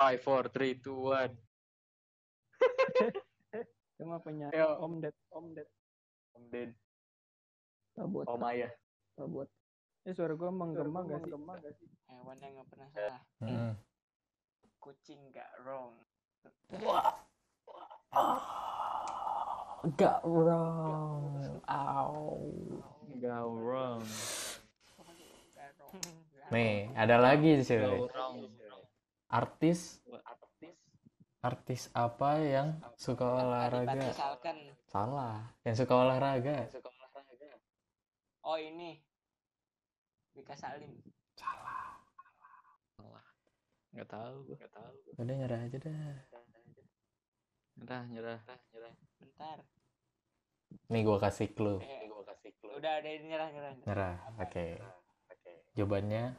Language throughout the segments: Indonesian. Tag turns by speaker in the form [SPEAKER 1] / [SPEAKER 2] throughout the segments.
[SPEAKER 1] Five, four, three, two, one.
[SPEAKER 2] Cuma punya
[SPEAKER 1] Ayo.
[SPEAKER 2] Om Ded, Om Ded.
[SPEAKER 1] Om Ded,
[SPEAKER 2] Tabut,
[SPEAKER 1] Om Ayah.
[SPEAKER 3] Eh,
[SPEAKER 2] tabut. Ini suara gue menggema gak sih?
[SPEAKER 3] Hewan yang nggak pernah salah. Eh,
[SPEAKER 4] Heeh.
[SPEAKER 3] Kucing nggak wrong.
[SPEAKER 4] Gak wrong. Ow.
[SPEAKER 1] Gak wrong.
[SPEAKER 3] Nggak wrong.
[SPEAKER 4] Nih, ada lagi sih. Artis,
[SPEAKER 1] Artis.
[SPEAKER 4] artis apa yang suka olahraga?
[SPEAKER 3] Misalkan,
[SPEAKER 4] Salah. Yang suka olahraga.
[SPEAKER 3] oh ini Bika Salim.
[SPEAKER 1] Gak tau. Gak tau.
[SPEAKER 4] Udah nyerah aja dah.
[SPEAKER 1] Nyerah, nyerah.
[SPEAKER 3] Bentar.
[SPEAKER 4] Nih gua kasih clue.
[SPEAKER 3] Eh, Udah ada ini nyerah nyerah. nyerah.
[SPEAKER 4] Nyerah. Oke. Jawabannya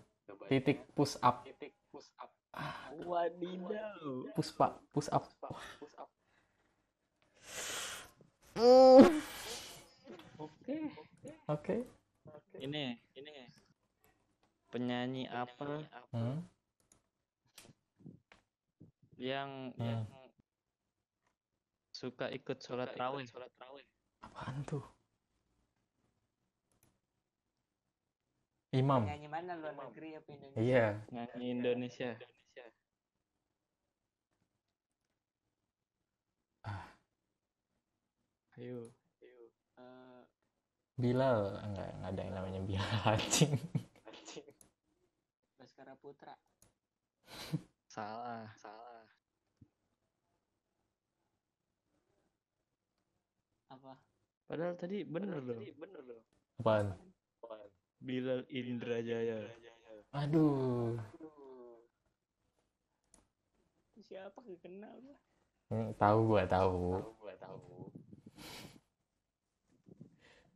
[SPEAKER 4] titik push up.
[SPEAKER 1] Wadidaw.
[SPEAKER 4] Push pak, push up.
[SPEAKER 1] Oke.
[SPEAKER 4] Oke.
[SPEAKER 1] Ini, ini. Penyanyi apa
[SPEAKER 4] Hmm.
[SPEAKER 1] yang
[SPEAKER 4] Hmm.
[SPEAKER 1] yang suka ikut sholat raweh?
[SPEAKER 4] Apaan tuh? Imam.
[SPEAKER 3] Nyanyi mana luar negeri apa Indonesia?
[SPEAKER 4] Iya.
[SPEAKER 1] Nyanyi Indonesia.
[SPEAKER 4] Ah.
[SPEAKER 1] Ayo.
[SPEAKER 3] Eh,
[SPEAKER 4] Bilal enggak enggak ada yang namanya Bilal anjing.
[SPEAKER 3] Baskara Putra.
[SPEAKER 1] Salah, salah.
[SPEAKER 3] Apa?
[SPEAKER 1] Padahal tadi bener loh.
[SPEAKER 4] Apaan?
[SPEAKER 1] Bilal Indrajaya.
[SPEAKER 4] Aduh.
[SPEAKER 3] Itu Siapa gak kenal gua?
[SPEAKER 4] Hmm, tahu gua tahu.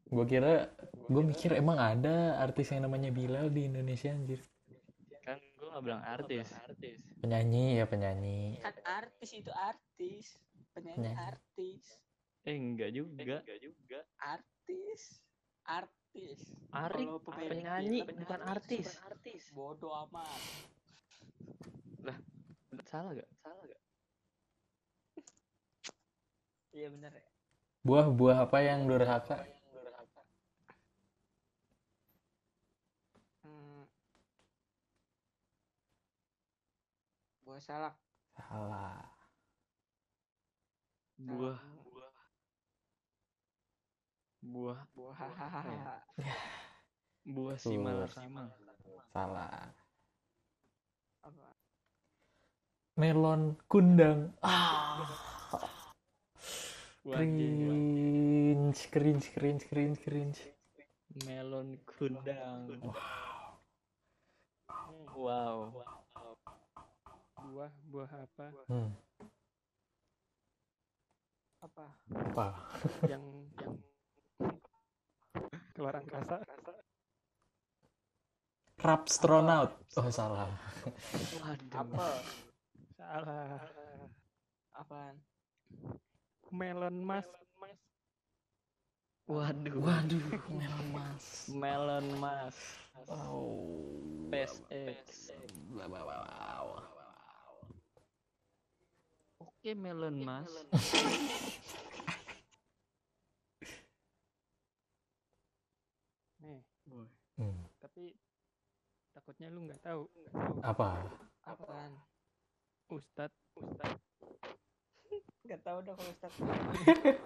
[SPEAKER 4] Gua kira gua mikir emang ada artis yang namanya Bilal di Indonesia anjir.
[SPEAKER 1] Kan gue gak bilang artis.
[SPEAKER 4] Penyanyi ya penyanyi.
[SPEAKER 3] Kan artis itu artis. Penyanyi
[SPEAKER 4] Penyanyi.
[SPEAKER 3] artis.
[SPEAKER 1] Eh enggak juga.
[SPEAKER 3] Artis. Artis.
[SPEAKER 1] Arik
[SPEAKER 3] Kalau pemain
[SPEAKER 1] penyanyi
[SPEAKER 3] film,
[SPEAKER 1] bukan artis.
[SPEAKER 3] Bodoh amat.
[SPEAKER 1] Salah gak? Salah gak?
[SPEAKER 3] Iya bener ya.
[SPEAKER 4] Buah-buah apa yang durhaka?
[SPEAKER 3] Hmm. Gua salah.
[SPEAKER 4] Salah.
[SPEAKER 1] Buah, buah,
[SPEAKER 3] Buah. Iya. Hahaha.
[SPEAKER 1] buah
[SPEAKER 4] Tuh.
[SPEAKER 1] simalasama.
[SPEAKER 4] Salah.
[SPEAKER 3] Apa?
[SPEAKER 4] Melon kundang. Ah.
[SPEAKER 1] Wajib.
[SPEAKER 4] Cringe, cringe, cringe, cringe, cringe.
[SPEAKER 1] Melon kundang. Wow.
[SPEAKER 2] Buah, buah apa?
[SPEAKER 4] Hmm,
[SPEAKER 3] Apa?
[SPEAKER 4] apa?
[SPEAKER 2] yang yang keluar angkasa
[SPEAKER 4] Rapstronaut. Oh, salah.
[SPEAKER 1] Waduh.
[SPEAKER 3] Apa?
[SPEAKER 2] salah
[SPEAKER 3] Apaan?
[SPEAKER 2] melon mas
[SPEAKER 1] Waduh.
[SPEAKER 4] Waduh, melon mas.
[SPEAKER 1] Melon Mas.
[SPEAKER 4] Wow.
[SPEAKER 1] PSX. Oke Melon Mas.
[SPEAKER 2] nih
[SPEAKER 4] Hmm,
[SPEAKER 2] tapi takutnya lu nggak tahu
[SPEAKER 4] apa?
[SPEAKER 3] Apaan?
[SPEAKER 2] ustad ustad
[SPEAKER 3] Gak tau dah kalau Ustaz.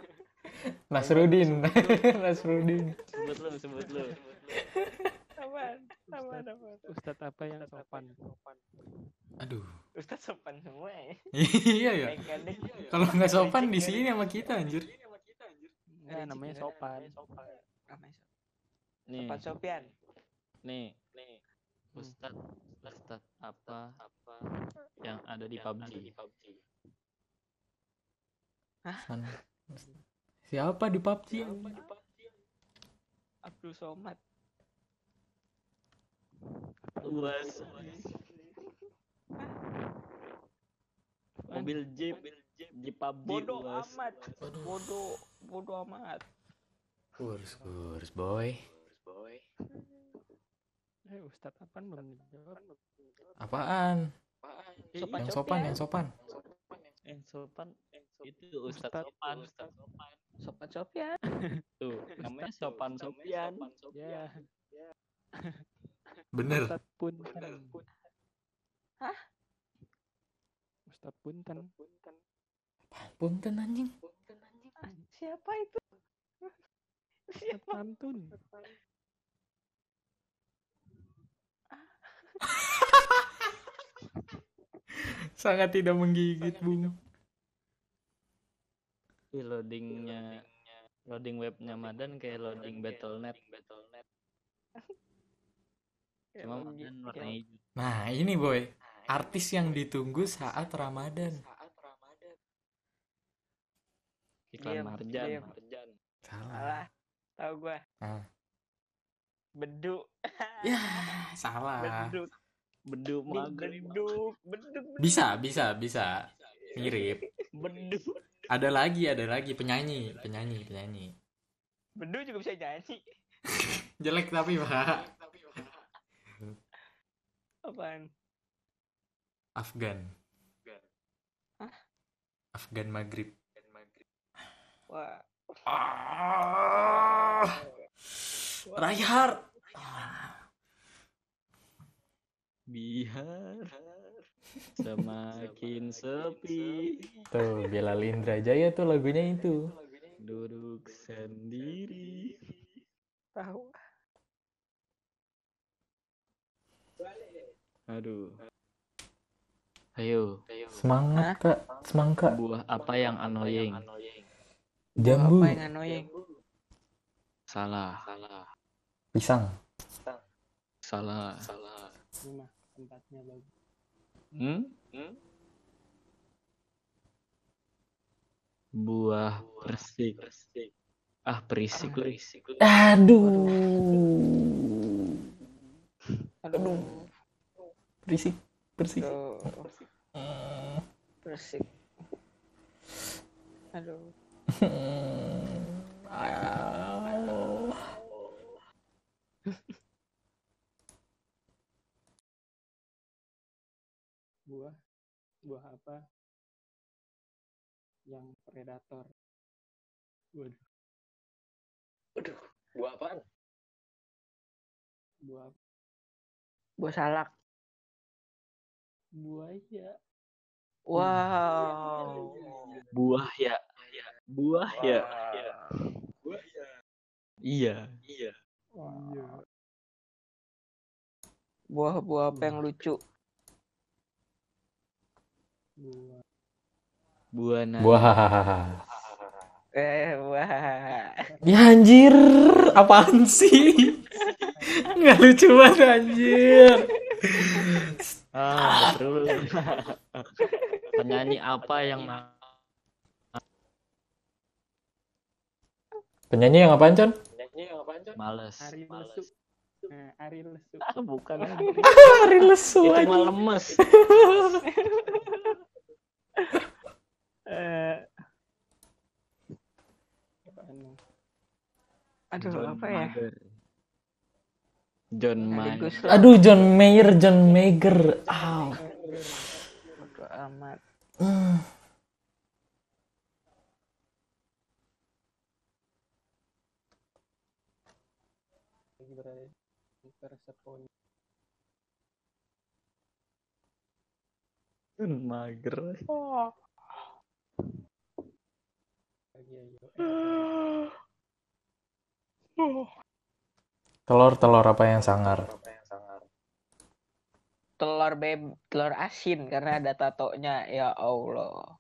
[SPEAKER 4] Nasrudin. Nasrudin.
[SPEAKER 1] Sebut lu, sebut lu.
[SPEAKER 3] Apaan?
[SPEAKER 2] Apaan, ustad apa yang sopan
[SPEAKER 4] Aduh.
[SPEAKER 3] Ustaz sopan semua ya.
[SPEAKER 4] iya ya.
[SPEAKER 3] Kadek.
[SPEAKER 4] Kalau nggak sopan di sini sama kita anjir.
[SPEAKER 2] ya namanya sopan
[SPEAKER 3] Namanya sopan.
[SPEAKER 1] Nih,
[SPEAKER 4] Iya.
[SPEAKER 3] Sopan Sopian.
[SPEAKER 1] nih, nih. Ustad, Ustad apa apa yang ada di PUBG?
[SPEAKER 4] Siapa di PUBG?
[SPEAKER 3] Abdul Somad.
[SPEAKER 1] Luas. Mobil Jeep, Jeep PUBG.
[SPEAKER 3] Bodoh
[SPEAKER 1] luas.
[SPEAKER 3] amat. Bodoh. Bodoh amat.
[SPEAKER 4] Kurs, kurs, boy.
[SPEAKER 2] eh ustad apa belum dijawab
[SPEAKER 4] Apaan?
[SPEAKER 2] Eh,
[SPEAKER 3] Sopan
[SPEAKER 4] Yang
[SPEAKER 2] iya,
[SPEAKER 4] sopan, yang sopan.
[SPEAKER 1] yang Eh, sopan itu Ustadz
[SPEAKER 2] Ustadz.
[SPEAKER 1] sopan Ustadz sopan
[SPEAKER 3] Sopan Sopian.
[SPEAKER 1] tuh namanya sopan sopian
[SPEAKER 2] Ya,
[SPEAKER 4] Bener.
[SPEAKER 2] Ustadz Punten.
[SPEAKER 3] Hah?
[SPEAKER 2] Ustadz kan Punten.
[SPEAKER 4] Punten anjing.
[SPEAKER 3] Ah, Siapa itu?
[SPEAKER 2] Ustadz
[SPEAKER 3] Siapa?
[SPEAKER 2] Pantun.
[SPEAKER 4] Sangat tidak menggigit, Bung.
[SPEAKER 1] Ih, loadingnya loading webnya Madan kayak loading Battle.net cuma Madan warna hijau
[SPEAKER 4] Nah, ini boy. Artis yang ditunggu saat Ramadan.
[SPEAKER 1] iklan
[SPEAKER 3] Diam,
[SPEAKER 1] Marjan
[SPEAKER 3] diam.
[SPEAKER 1] Marjan
[SPEAKER 4] Salah.
[SPEAKER 3] Alah, tahu gua.
[SPEAKER 4] Ah.
[SPEAKER 3] Bedu.
[SPEAKER 4] Ya, salah.
[SPEAKER 3] Beduk.
[SPEAKER 1] bedu
[SPEAKER 3] Di
[SPEAKER 1] mager
[SPEAKER 3] beduk. Beduk.
[SPEAKER 4] Bisa, bisa, bisa. Mirip.
[SPEAKER 1] bedu
[SPEAKER 4] Ada lagi, ada lagi penyanyi, penyanyi, penyanyi.
[SPEAKER 3] Bedu juga bisa nyanyi.
[SPEAKER 4] Jelek tapi, Pak.
[SPEAKER 3] Apaan?
[SPEAKER 4] Afgan.
[SPEAKER 3] Hah?
[SPEAKER 4] Afgan Maghrib.
[SPEAKER 3] Wah.
[SPEAKER 4] Ah. Raihar.
[SPEAKER 1] biar semakin sepi
[SPEAKER 4] Tuh, Bella Lindra Jaya tuh lagunya itu.
[SPEAKER 1] duduk sendiri
[SPEAKER 3] Tahu.
[SPEAKER 1] aduh ayo
[SPEAKER 4] Semangat, Kak. Semangat.
[SPEAKER 1] buah apa yang annoying
[SPEAKER 4] Jambu,
[SPEAKER 3] Apa yang annoying?
[SPEAKER 1] salah salah
[SPEAKER 4] pisang.
[SPEAKER 1] salah salah
[SPEAKER 2] Rumah tempatnya bagus.
[SPEAKER 1] Hmm? Buah persik. Ah, perisik lu.
[SPEAKER 4] Aduh.
[SPEAKER 3] Aduh.
[SPEAKER 4] Berisik, berisik.
[SPEAKER 3] Aduh. Persik. Aduh.
[SPEAKER 2] Buah. Buah apa? Yang predator. Waduh.
[SPEAKER 1] Buah apaan?
[SPEAKER 2] Buah apa?
[SPEAKER 3] Gua salak.
[SPEAKER 2] Buaya. Iya,
[SPEAKER 3] Wow.
[SPEAKER 1] Buah ya. Buah ya. Iya. Iya.
[SPEAKER 2] Iya.
[SPEAKER 3] Buah-buah apa
[SPEAKER 1] Hmm.
[SPEAKER 3] yang lucu?
[SPEAKER 2] Buah.
[SPEAKER 1] Buah nanas.
[SPEAKER 4] Wah.
[SPEAKER 3] Eh, wah.
[SPEAKER 4] Ya anjir, apaan sih? Nggak lucu banget anjir.
[SPEAKER 1] Ah, betul. Penyanyi apa yang ma-
[SPEAKER 4] Penyanyi yang apaan, Con?
[SPEAKER 1] males?
[SPEAKER 2] Ari
[SPEAKER 1] Males.
[SPEAKER 2] lesu. Nah, Ari lesu.
[SPEAKER 1] Ah, bukan.
[SPEAKER 4] Hari lesu
[SPEAKER 1] Itu
[SPEAKER 4] anjing.
[SPEAKER 1] mah lemes.
[SPEAKER 2] Eh. Apaan nih?
[SPEAKER 3] Aduh,
[SPEAKER 1] John
[SPEAKER 3] apa ya?
[SPEAKER 1] Mayer. John
[SPEAKER 3] Dari
[SPEAKER 1] Mayer.
[SPEAKER 3] Gus Dur.
[SPEAKER 4] Aduh, John Mayer, John Mayer. Ow.
[SPEAKER 3] Bodo amat.
[SPEAKER 4] Hmm.
[SPEAKER 2] lagi berada di Perseponi.
[SPEAKER 1] John Mager.
[SPEAKER 2] Oh. Lagi ayo.
[SPEAKER 4] Telur-telur apa yang sangar?
[SPEAKER 3] Telur beb, telur asin karena ada tatonya. Ya Allah.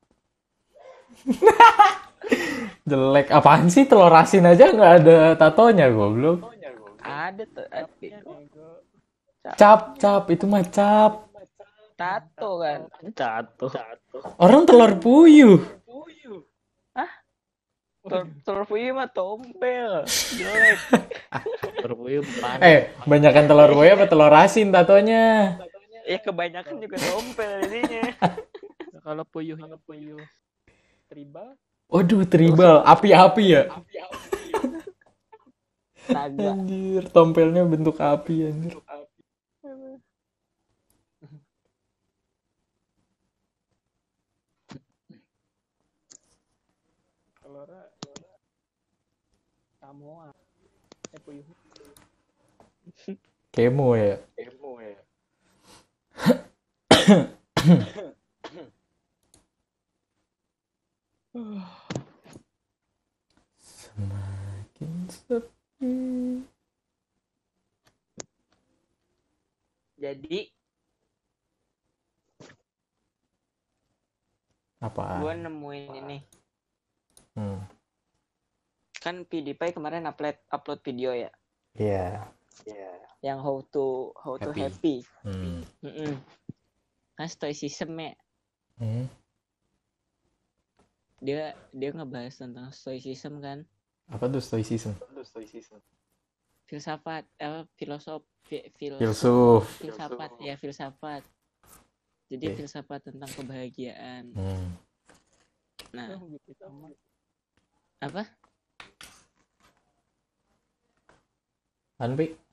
[SPEAKER 4] Jelek apaan sih telur asin aja nggak ada tatonya goblok.
[SPEAKER 3] Ada tuh, eh,
[SPEAKER 2] Nego.
[SPEAKER 4] Cap, cap, itu mah cap.
[SPEAKER 3] tato kan.
[SPEAKER 1] Tato.
[SPEAKER 4] Orang telur puyuh.
[SPEAKER 3] Telur, telur puyuh mah tompel. Jelek.
[SPEAKER 1] Perpuyuh pan.
[SPEAKER 4] Eh, banyakan telur puyuh apa telur asin tatonya?
[SPEAKER 3] Ya kebanyakan juga tompel jadinya.
[SPEAKER 2] Nah, Kalau puyuhnya puyuh tribal,
[SPEAKER 4] Waduh, tribal, api-api ya.
[SPEAKER 3] Naga.
[SPEAKER 4] Anjir, tompelnya bentuk api anjir.
[SPEAKER 2] Samoa. Eh puyuh.
[SPEAKER 4] Kemo ya. Semakin sepi.
[SPEAKER 3] Jadi
[SPEAKER 4] Apa?
[SPEAKER 3] gue nemuin ini
[SPEAKER 4] Hmm.
[SPEAKER 3] kan PewDiePie kemarin upload upload video ya
[SPEAKER 4] Iya.
[SPEAKER 3] yang how to how to happy.
[SPEAKER 4] Happy. Hmm.
[SPEAKER 3] Mm-mm. Kan stoicism ya
[SPEAKER 4] Hmm.
[SPEAKER 3] dia dia ngebahas tentang stoicism kan
[SPEAKER 4] Apa tuh stoicism?
[SPEAKER 3] filsafat eh filosof fi- fil-
[SPEAKER 4] Filsuf.
[SPEAKER 3] filsafat ya filsafat. Jadi
[SPEAKER 4] Oke.
[SPEAKER 3] filsafat tentang kebahagiaan.
[SPEAKER 4] Hmm.
[SPEAKER 3] Nah
[SPEAKER 2] Oh, gitu sama.
[SPEAKER 3] apa?
[SPEAKER 4] Anpi,